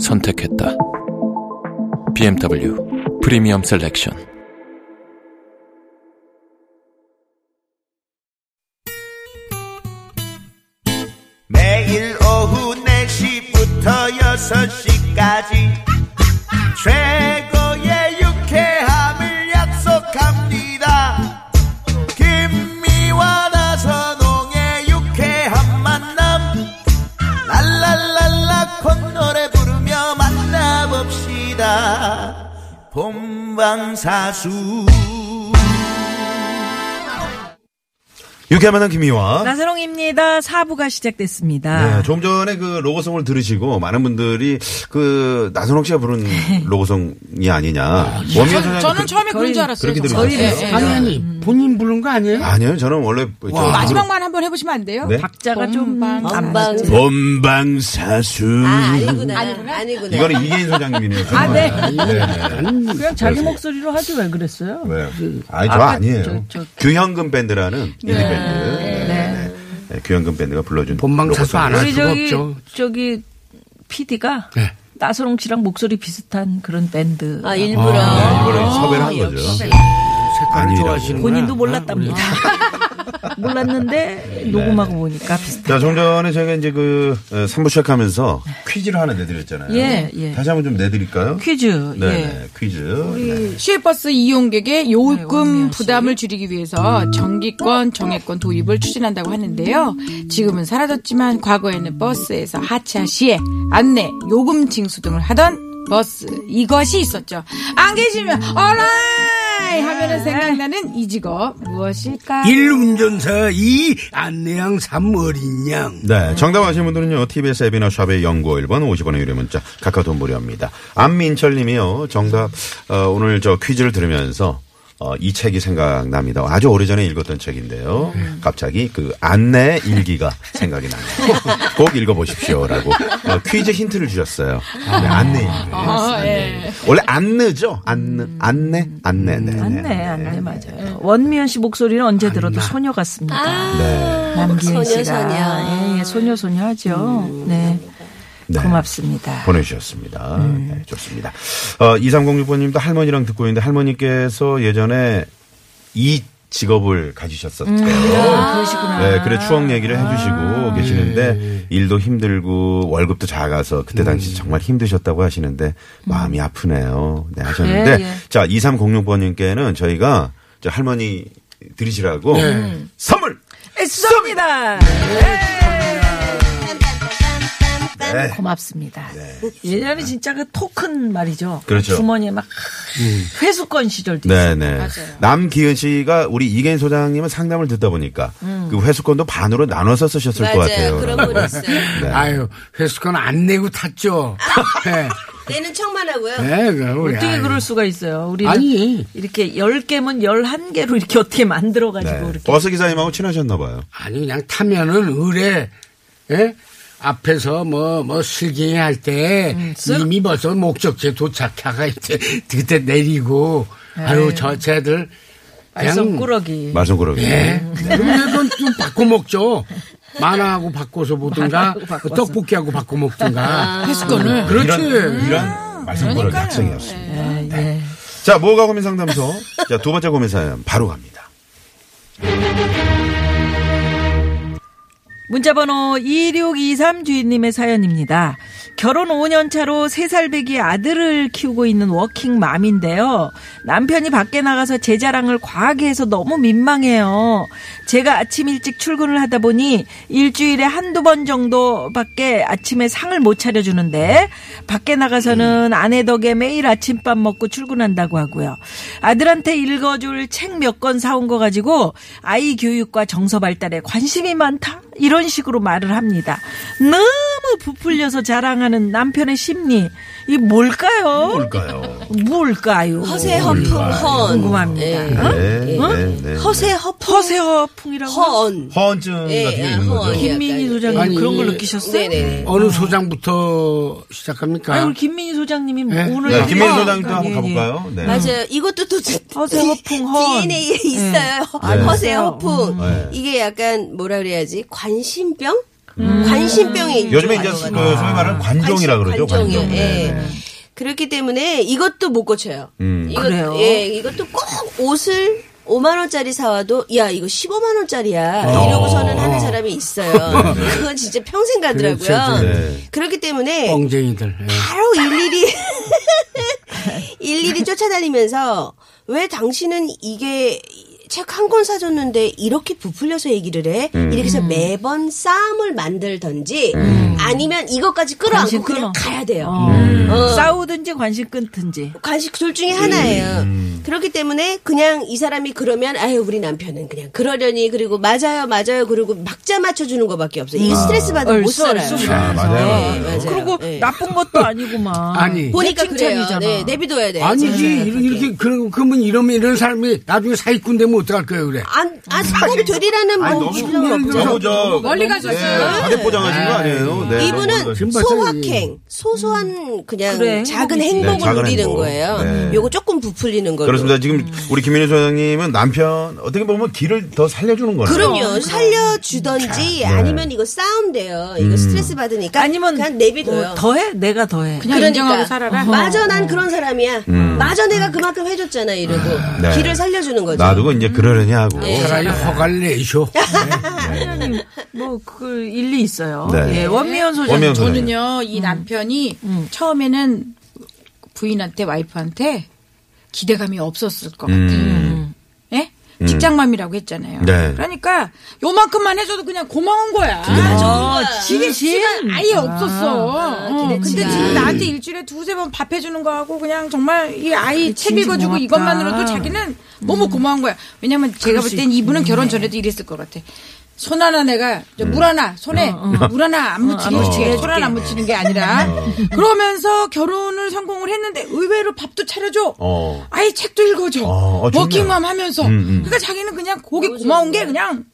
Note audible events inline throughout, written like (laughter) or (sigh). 선택했다. BMW 프리미엄 셀렉션. 매일 오후 4시부터 6시까지 최고의 유쾌함을 약속합니다 김미와 나선홍의 유쾌한 만남 랄랄랄라 콧노래 부르며 만나봅시다 본방사수 유쾌한 김희와 나선홍입니다. 사부가 시작됐습니다. 네, 조금 전에 그 로고송을 들으시고 많은 분들이 그 나선홍 씨가 부른 로고송이 아니냐. 원미연 전, 선생님 저는 그- 처음에 그런 줄 알았어요. 그렇게 저는. 들으셨어요? 예, 예. 아니 아니 음. 본인 부른 거 아니에요? 아니요, 저는 원래 저 마지막만 한번 해보시면 안 돼요? 네? 음, 박자가 좀 아, 네. 안 건방. 맞지. 본방사수. 아, 아니구나. 아니구나. 이거는 이계인 소장님이네요. 아, 네. 그냥 자기 그래서- 목소리로 하지 왜 그랬어요? 네. 아니, 저 아니에요. 규현금 밴드라는 인디 밴드. 네. 네. 네, 규현금 밴드가 불러준 본방사수 로고송. 안 하죠. 우리 저기 그거 저기 PD가 네. 나선홍 씨랑 목소리 비슷한 그런 밴드. 아, 일부러. 네, 이거를 섭외를 한 거죠. 색깔을 아니라고. 좋아하시는 본인도 몰랐답니다. 음. (laughs) 네. 몰랐는데 녹음하고 보니까 비슷해. 자, 좀 전에 저희가 이제 그 3부 시작하면서 퀴즈를 하나 내드렸잖아요. 예, 예. 다시 한번 좀 내드릴까요? 네. 퀴즈. 예. 네, 퀴즈. 네. 시외버스 이용객의 요금 부담을 줄이기 위해서 정기권, 정액권 도입을 추진한다고 하는데요. 지금은 사라졌지만 과거에는 버스에서 하차 시에 안내, 요금 징수 등을 하던 버스 이것이 있었죠. 안 계시면 얼라이 하면은 생각나는 이 직업 무엇일까? 1 운전사 2 안내양 3 어린양 네, 정답 아시는 분들은요, TBS 앱이나 샵의 연구 1번 50원의 유료 문자, 카카오톡 무료입니다. 안민철 님이요, 정답, 어, 오늘 저 퀴즈를 들으면서, 어, 이 책이 생각납니다. 아주 오래전에 읽었던 책인데요. 음. 갑자기 그 안내 일기가 생각이 나네요. (laughs) 꼭 읽어보십시오라고 어, 퀴즈 힌트를 주셨어요. 네, 안내 아. 일기. 어, 예. 원래 안내죠? 안내, 안내, 안내. 네, 네, 음. 안네 안네 맞아요. 원미연 씨 목소리는 언제 들어도 소녀 같습니다. 네. 남기현 소녀, 씨가 소녀. 예, 예, 소녀 소녀 하죠. 네. 네. 고맙습니다. 보내주셨습니다. 네, 좋습니다. 어, 2306번님도 할머니랑 듣고 있는데 할머니께서 예전에 이 직업을 가지셨었대요. 음. 아, 그러시구나. 네, 그래 추억 얘기를 해주시고 아. 계시는데 일도 힘들고 월급도 작아서 그때 음. 당시 정말 힘드셨다고 하시는데 마음이 아프네요. 네, 하셨는데 예, 예. 자 2306번님께는 저희가 저 할머니 들으시라고 네. 선물 쏩니다. 네. 네. 고맙습니다. 예전에 진짜 그 토큰 말이죠. 그렇죠. 음. 주머니에 막 회수권 시절도 있어요. 네네. 남기은 씨가 우리 이계인 소장님은 상담을 듣다 보니까 그 회수권도 반으로 나눠서 쓰셨을 것 맞아요. 같아요. 그런 분이 있어요. 네. 아유 회수권 안 내고 탔죠. (laughs) 네. 때는 척만 하고요. 네, 그 우리 어떻게 아유. 그럴 수가 있어요. 우리는 아니. 이렇게 10개면 11개로 이렇게 어떻게 만들어 가지고 네. 이렇게 버스 기사님하고 친하셨나 봐요. 아니 그냥 타면은 의뢰 예? 앞에서 뭐뭐 슬깅 할때 음, 이미 벌써 목적지에 도착해가 이제 (laughs) 그때 내리고 아유 저 쟤들 그냥 네. 발성꾸러기. 말썽꾸러기. 예. 근데 그건 좀 바꿔 먹죠. 만화하고 바꿔서 보든가 만화하고 바꿔서. 떡볶이하고 바꿔 먹든가. 음. 회수권을. 그렇지. 이런, 이런 말썽꾸러기 그러니까요. 학생이었습니다. 네. 자, 뭐가 고민 상담소. 자, 두 번째 고민 사연 바로 갑니다. 문자번호 2623 주인님의 사연입니다. 결혼 5년 차로 3살 배기 아들을 키우고 있는 워킹맘인데요. 남편이 밖에 나가서 제 자랑을 과하게 해서 너무 민망해요. 제가 아침 일찍 출근을 하다 보니 일주일에 한두 번 정도밖에 아침에 상을 못 차려주는데 밖에 나가서는 아내 덕에 매일 아침밥 먹고 출근한다고 하고요. 아들한테 읽어줄 책 몇 권 사온 거 가지고 아이 교육과 정서 발달에 관심이 많다 이런 식으로 말을 합니다. 너무 너무 부풀려서 자랑하는 남편의 심리 이 뭘까요? 뭘까요? 뭘까요? 허세 허풍 헌. 음, 궁금합니다. 어? 예. 네, 네, 네. 허세 허풍 허세 허풍이라고 헌. 허언증 예, 같은 게 어, 예, 있는 거죠. 네, 허언이요. 김민희 약간, 소장님 아니, 그런 걸 이- 느끼셨어요? 네네. 어느 소장부터 시작합니까? 아니 우리 김민희 소장님이 네. 오늘 네, 김민 아까- 소장도 한번 예, 가볼까요? 네. 맞아요. 이것도 또 허세 허풍 헌. DNA에 있어요. 네. 허세 맞아요. 허풍. 음. 이게 약간 뭐라 그래야지? 관심병? 음. 관심병이 요즘에 좀 이제 그 소위 많은 것 같아요. 말하는 관종이라 그러죠. 네. 관종이요. 관종. 예. 네, 네. 그렇기 때문에 이것도 못 고쳐요. 음. 이것, 그래요? 예, 이것도 꼭 옷을 5만 원짜리 사와도 야 이거 15만 원짜리야 어. 이러고서는 하는 사람이 있어요. 그건 진짜 평생 가더라고요. 그렇죠. 네. 그렇기 때문에 어. 뻥쟁이들. 예. 바로 일일이 (laughs) 일일이 쫓아다니면서 왜 당신은 이게 책 한 권 사줬는데 이렇게 부풀려서 얘기를 해? 이렇게 해서 음. 매번 싸움을 만들던지 아니면 이것까지 관심 끌어안고 끊어. 그냥 가야 돼요. 어. 어. 싸우든지 관심 끊든지. 관식 둘 중에 하나예요. 그렇기 때문에 그냥 이 사람이 그러면 아유 우리 남편은 그냥 그러려니 그리고 맞아요 맞아요 그리고 막자 맞춰주는 것밖에 없어요. 이거 스트레스 받으면 못 얼쑤, 살아요. 얼쑤. 아, 맞아요. 네, 맞아요. 맞아요. 그리고 네. 나쁜 것도 아니구만. 아니. 보니까 그래요. 칭찬이잖아. 뭐, 네, 내비둬야 돼. 아니지 이렇게, 이렇게 그런 그러면 이러면 이런 사람이 나중에 사기꾼 되면 어떡할 거예요 그래. 안, 안, 꼭 드리라는 아니, 뭐 너무 규정은 흥미를 없죠. 너무 저 네, 멀리 가셨어요. 과대 포장하신 거 아니에요? 네, 너무 이분은 지금 봤어요, 소확행, 소소한 그냥 그래, 작은 행복이지. 행복을 네, 작은 누리는 행복. 거예요. 네. 요거 조금 부풀리는 걸로. 그렇습니다. 지금 우리 김민희 소장님은 남편 어떻게 보면 길을 더 살려주는 거네요. 그럼요. 네. 살려주던지 아니면 이거 싸움돼요. 음. 이거 스트레스 받으니까 아니면 그냥 내비둬요. 어, 더해 내가 더해. 그냥 인정하고 살아라. 맞아, 난 그런 사람이야. 맞아, 내가 그만큼 해줬잖아, 이러고. 음. 네. 길을 살려주는 거죠. 놔두고 이제 그러려니 하고. 네. 차라리 허가를 내셔. 뭐그 일리 있어요. 네. 예, 원미연 소장. 원미연 소장. 저는요 이 남편이 처음에는 부인한테 와이프한테 기대감이 없었을 것 같아요. 음. 예? 직장맘이라고 했잖아요. 네. 그러니까 요만큼만 해줘도 그냥 고마운 거야. 어, 진심. 아예 없었어. 어, 근데 지금 나한테 일주일에 두세 번 밥 해주는 거하고 그냥 정말 이 아이 책 진짜 읽어주고 고맙다. 이것만으로도 자기는 너무 고마운 거야. 왜냐면 제가 볼 땐 이분은 결혼 전에도 이랬을 것 같아. 손 하나 내가 저물 하나 손에 물 하나 안 묻히게 해줄게. 손 하나 안 묻히는 게 아니라 그러면서 결혼을 성공을 했는데 의외로 밥도 차려줘. 어. 아이 책도 읽어줘. 어, 어, 좋네. 워킹맘 하면서. 음, 음. 그러니까 자기는 그냥 고기 고마운 게 그냥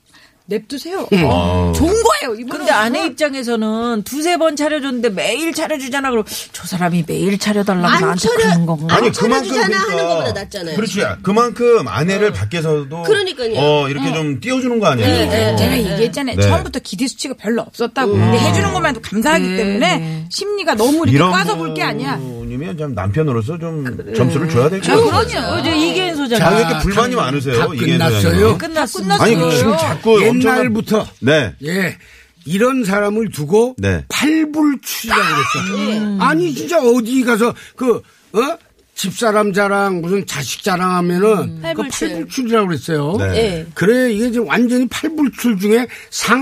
냅두세요. 어. 좋은 거예요. 이분은. 근데 아내 정말. 입장에서는 두세 번 차려줬는데 매일 차려주잖아. 그럼 저 사람이 매일 차려달라고 안 나한테 차려- 그러는 건가? 아니 안 그만큼 쳐다주잖아 그러니까 그렇죠. 하는 것보다 낫잖아요. 어. 그렇지. 그만큼 아내를 밖에서도 그러니까요. 어 이렇게 좀 띄워주는 거 아니에요. 네, 제가 얘기했잖아요. 네. 처음부터 기대 수치가 별로 없었다고. 근데 해주는 것만도 감사하기 때문에 심리가 너무 이렇게 까서 볼 게 아니야. 어. 분이면 좀 남편으로서 아, 좀 점수를 줘야 될것 저 같아요. 어, 그럼요. 저 이계인 소장. 아, 왜 님 이렇게 불만이 많으세요? 다 이게 끝났어요. 끝났습니다. 아니 끝났어요. 지금 자꾸 옛날부터 엄청난- 네. 예. 이런 사람을 두고 네. 팔불출이라고 그랬어. 예. 음. 아니 진짜 어디 가서 그 어? 집사람 자랑 무슨 자식 자랑하면은 그 음. 팔불출. 팔불출이라고 그랬어요. 네. 예. 그래 이게 지금 완전히 팔불출 중에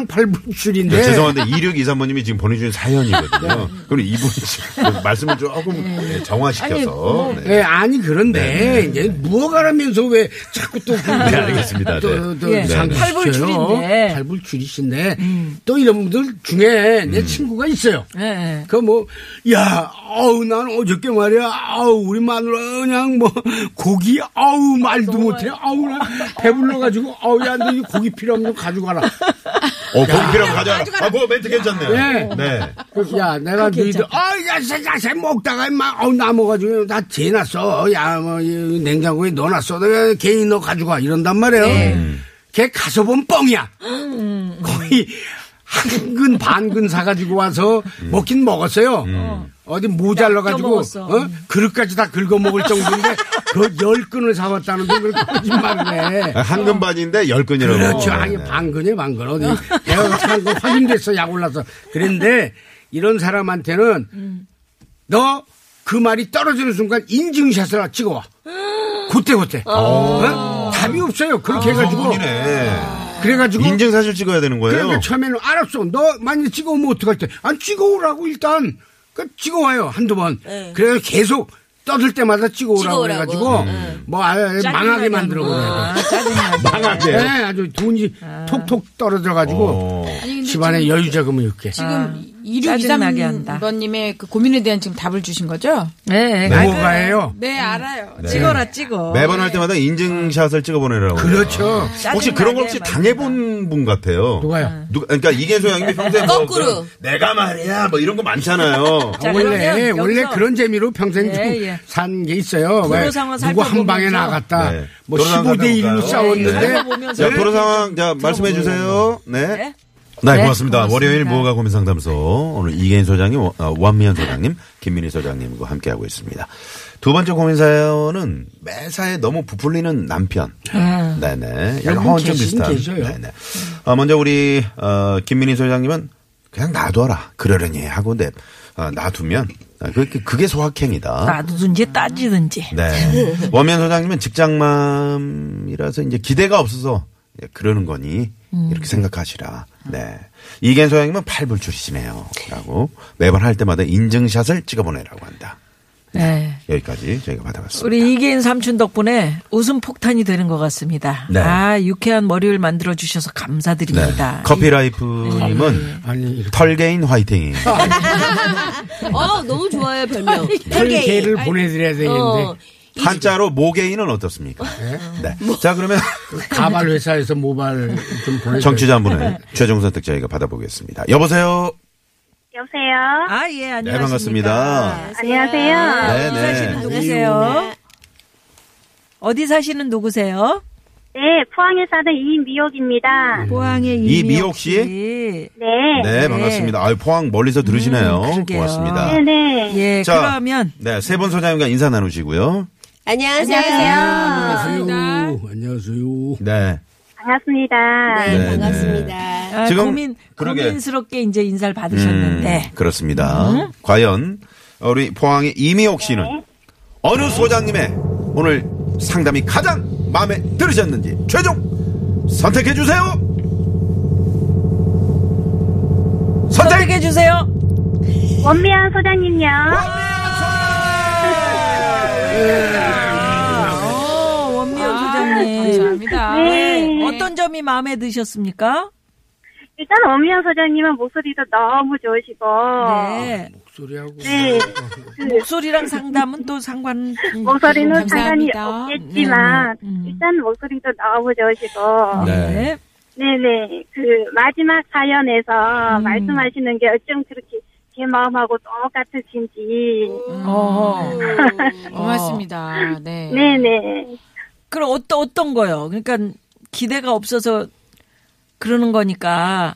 상팔불출인데 네, 죄송한데 2623번님이 지금 보내주신 사연이거든요. 네. 그럼 이분 지금 말씀을 조금 네, 정화시켜서. 네. 예, 아니 그런데 이제 무어가라면서 왜 자꾸 (laughs) 또 네, 알겠습니다. 또, 네. 또 예. 상기시켜요? 팔불출인데. 음. 팔불출이신데 또 이런 분들 중에 음. 내 친구가 있어요. 예, 예. 그 뭐, 야, 아우, 난 어저께 말이야, 아우, 우리 마누라 그냥 뭐, 고기, 아우, 말도 못해, 아우, 나 배불러가지고, 아우, 야, 너 이 고기 필요하면 좀 가져가라. 어, 거기 필요하면 가자. 아, 뭐 멘트 괜찮네요. 네. 네. 그, 야, 내가 너희들, 아, 야, 새, 야, 새 먹다가, 막, 어, 남아가지고, 나 재놨어. 야, 뭐, 이 냉장고에 넣어놨어. 내가 개인 너 가져가. 이런단 말이에요. 네. 걔 가서 본 뻥이야. 음. 거의 한근 반근 사가지고 와서 먹긴 먹었어요. 음. 어디 모자라가지고, 먹었어. 어? 그릇까지 다 긁어 먹을 정도인데, 그 열 근을 사왔다는데, 그걸 거짓말을 해. 한금 아, 반인데 열근이라고 네. 그렇죠. 아니, 방근이에요, 방근. 어디. 내가 한거 확인됐어, 약 올라서. 그런데 이런 사람한테는 너 그 말이 떨어지는 순간 인증샷을 찍어와. 그때, 그때. 어? 답이 없어요. 그렇게 해가지고. 네. 그래가지고. 인증 사실 찍어야 되는 거예요. 그러니까 처음에는 알았어. 너 만약에 찍어오면 어떡할 때. 안 찍어오라고 일단. 그 찍어와요. 한두 번. 그래서 계속 떠들 때마다 네. 찍어오라고 찍어오라고. 해가지고. 뭐, 아, 망하게 만들어 버려요. 아, 짜증나. 망하게. 아. 네, 아주 돈이 톡톡 떨어져 가지고 어. 아니, 근데 집안에 여유 자금을 줄게. 지금 짜증나게 한다. 2623번님의 그 고민에 대한 지금 답을 주신 거죠? 네. 네. 아, 그- 뭐가예요? 네, 알아요. 찍어라 찍어. 매번 할 때마다 인증샷을 찍어보내라고. 그- 그렇죠. 혹시 그런 거 혹시 짜증나게 당해본 분 같아요? 누가요? 누가, 그러니까 이계소 형님이 평소에 뭐 거꾸로. 그런 내가 말이야 뭐 이런 거 많잖아요. 자, 원래 그러면 원래 여기서- 그런 재미로 평생 예, 예. 산 게 있어요. 왜 도로상황 누구 한 방에 살펴보면서- 나갔다. 네. 뭐 도로상황 15대 1로 살펴볼까요? 싸웠는데 네. 살펴보면서 자, 도로 상황 자 말씀해 주세요. 네. 네. 네, 고맙습니다. 고맙습니다. 월요일 무허가 고민 상담소 오늘 이계인 소장님, 어, 원미연 소장님, 김민희 소장님과 함께 하고 있습니다. 두 번째 고민 사연은 매사에 너무 부풀리는 남편. 네네. 약간 네. 여러분 허언증 계시긴 비슷한. 계셔요. 네네. 어, 먼저 우리 어, 김민희 소장님은 그냥 놔둬라. 그러려니 하고 내 어, 놔두면 아, 그게, 그게 소확행이다. 놔두든지 따지든지. (laughs) 네. 원면 소장님은 직장맘이라서 이제 기대가 없어서 이제 그러는 거니 음. 이렇게 생각하시라. 네. 이겐 소장님은 팔불출이시네요. 라고 매번 할 때마다 인증샷을 찍어보내라고 한다. 네. 여기까지 저희가 받아봤습니다. 우리 이계인 삼촌 덕분에 웃음 폭탄이 되는 것 같습니다. 네. 아 유쾌한 월요일 만들어 주셔서 감사드립니다. 음. 커피라이프님은 아니 이렇게 네. 털개인 (laughs) 화이팅이. 어, 너무 좋아요, 별명. 털개를 보내드려야 되겠는데 어, 한자로 모개인은 어떻습니까? 네. 자, 그러면 가발 회사에서 모발 좀 보내. 정치자 한 분의 최종 선택 저희가 받아보겠습니다. 여보세요? 여보세요. 아 예 안녕하십니까. 네, 반갑습니다. 네, 안녕하세요. 어디 사시는 네. 누구세요? 어디 사시는 누구세요? 네, 포항에 사는 이미옥입니다. 포항의 이미옥 이미옥 씨? 씨. 네. 네, 반갑습니다. 아유, 포항 멀리서 들으시네요. 음, 그러게요. 고맙습니다. 네. 네. 예 자. 그러면 네, 세 분 소장님과 인사 나누시고요. 안녕하세요. 안녕하세요. 안녕하세요. 네. 반갑습니다. 네, 네, 반갑습니다. 아, 지금 고민 그러게. 고민스럽게 이제 인사를 네. 받으셨는데 음, 그렇습니다. 음. 과연 우리 포항의 이미옥 씨는 어느 소장님의 오늘 상담이 가장 마음에 들으셨는지 최종 선택해 주세요. 선택! 선택해 주세요. 원미연 소장님요. 어, 아, 원미연 소장님. 감사합니다. 네. 어떤 점이 마음에 드셨습니까? 일단 원미연 소장님은 목소리도 너무 좋으시고. 아. 네. 목소리하고 네. 목소리랑 상담은 또 상관. 음. 목소리는 상관이 감사합니다. 없겠지만, 일단 목소리도 너무 좋으시고. 네. 네네. 그 마지막 사연에서 말씀하시는 게 어쩜 그렇게 제 마음하고 똑같으신지. 어. 고맙습니다. 네. 네네. 그럼 어떤 어떤 거요? 그러니까 기대가 없어서 그러는 거니까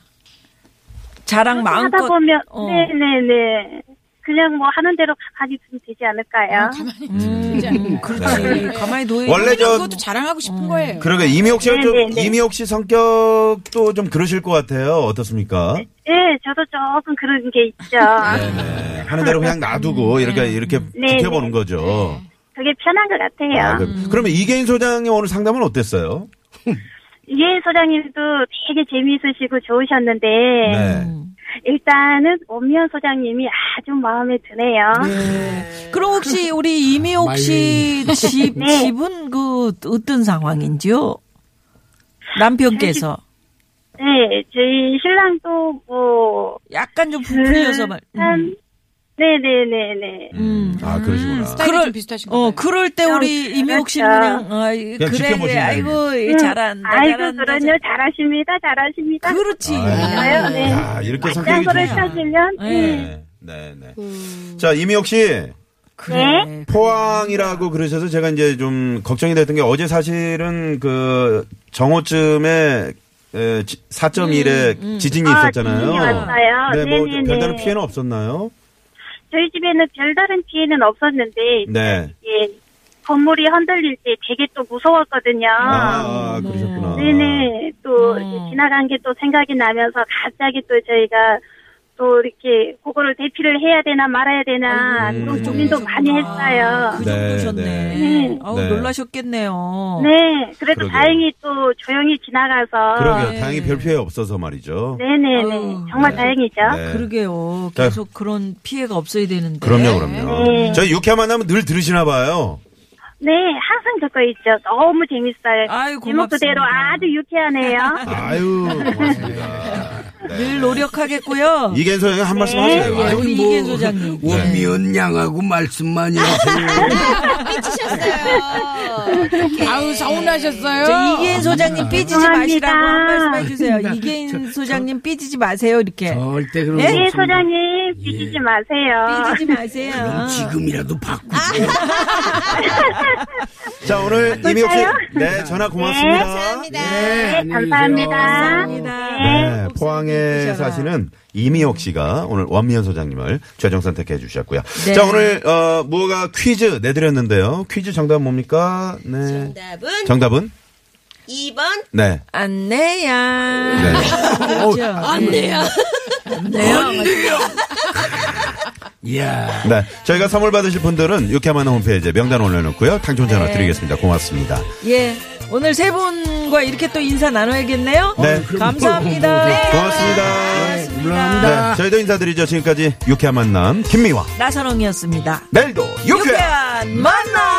자랑 마음껏 하다 보면 네, 어. 네네네 그냥 뭐 하는 대로 가만히 있으면 되지 않을까요? 음, 그렇지. 가만히 놓여. 네. 원래 저 그것도 자랑하고 싶은 거예요. 그러게 이미옥 씨가 네, 좀 네, 네. 이미옥 씨 성격도 좀 그러실 것 같아요. 어떻습니까? 네, 저도 조금 그런 게 있죠. 네, 하는 대로 그냥 놔두고 이렇게 이렇게 네, 지켜보는 네. 거죠. 그게 편한 것 같아요. 아, 그, 그러면 이계인 소장님 오늘 상담은 어땠어요? 예, 소장님도 되게 재미있으시고 좋으셨는데 네. 음. 일단은 원미연 소장님이 아주 마음에 드네요. 그럼 혹시 우리 아, 이미옥 씨집 네. 집은 그 어떤 상황인지요? 남편께서 네, 저희 신랑도 뭐 약간 좀 부풀려서 말. 음. 네네네네. 음. 아, 그러시구나. 스타일이 그럴- 좀 비슷하신 거 어, 같아요. 그럴 때 우리 임혁 씨는 그냥, 아, 그냥 이- 그래, 지켜보시는 그래, 아이고, 이 잘한다, 음. 아이고 잘한다. 그럼요, 잘하십니다, 잘하십니다. 그렇지. 맞아요. 네. 야, 이렇게 성격이 짱구를 좋으시네. 찾으면 네. 네, 네, 네. 자, 이미옥 씨. 네. 포항이라고 그러셔서 제가 이제 좀 걱정이 됐던 게 어제 사실은 그 정오쯤에 4.1의 지진이 아, 있었잖아요. 지진이 왔어요. 네, 뭐 네네네. 별다른 피해는 없었나요? 저희 집에는 별다른 피해는 없었는데 네. 예, 건물이 흔들릴 때 되게 또 무서웠거든요. 아, 어. 그러셨구나. 네네. 또 이렇게 지나간 게 또 생각이 나면서 갑자기 또 저희가 또 이렇게 그거를 대피를 해야 되나 말아야 되나 아이고, 음. 또 고민도 많이 했어요. 그 네, 정도셨네. 네. 아우, 네. 놀라셨겠네요. 네. 그래도 그러게요. 다행히 또 조용히 지나가서 그러게요. 다행히 별 피해 없어서 말이죠. 네네네. 아유, 정말 다행이죠. 네. 그러게요. 자. 계속 그런 피해가 없어야 되는데. 그럼요, 그럼요. 네. 저희 유쾌한 만나면 늘 들으시나 봐요. 네, 항상 듣고 있죠. 너무 재밌어요. 아유, 고맙습니다. 제목 그대로 아주 유쾌하네요. 아유, 고맙습니다. 늘 노력하겠고요. 예, 이겐서 형님 한 말씀 하세요. 아유, 우리 이기현 소장님. 뭐 네. 아. 원미연 양하고 말씀만 해주세요. 삐치셨어요. 어떡해. 아우 서운하셨어요. 저 이기인 소장님 삐지지 죄송합니다. 마시라고 한 말씀 해주세요. 이기인 소장님 삐지지 마세요 이렇게. 절대 그런 거 예? 네, 예, 없습니다. 소장님, 삐지지 마세요. 삐지지 마세요. 지금이라도 바꾸고 아. 자, 오늘 이미옥 씨. 네, 전화 고맙습니다. 예, 네, 안녕히 계세요. 감사합니다. 네, 포항에 사시는 이미옥 씨가 오늘 원미연 소장님을 최종 선택해 주셨고요. 네. 자, 오늘 어 무허가 퀴즈 내드렸는데요. 퀴즈 정답 뭡니까? 네. 정답은 정답은 2번 네. 안내야. 네. 그렇죠. 안내야. 안내야. 이야 네. 저희가 선물 받으실 분들은 유쾌한 홈페이지에 명단 올려놓고요. 당첨 전화 드리겠습니다. 고맙습니다. 예. 오늘 세 분과 이렇게 또 인사 나눠야겠네요. 네. 그럼 감사합니다. 네, 또 뭐, 고맙습니다. 네, 물론합니다. 네, 저희도 인사드리죠. 지금까지 유쾌한 만남 김미화. 나선홍이었습니다. 내일도 유쾌한 유쾌한 만남.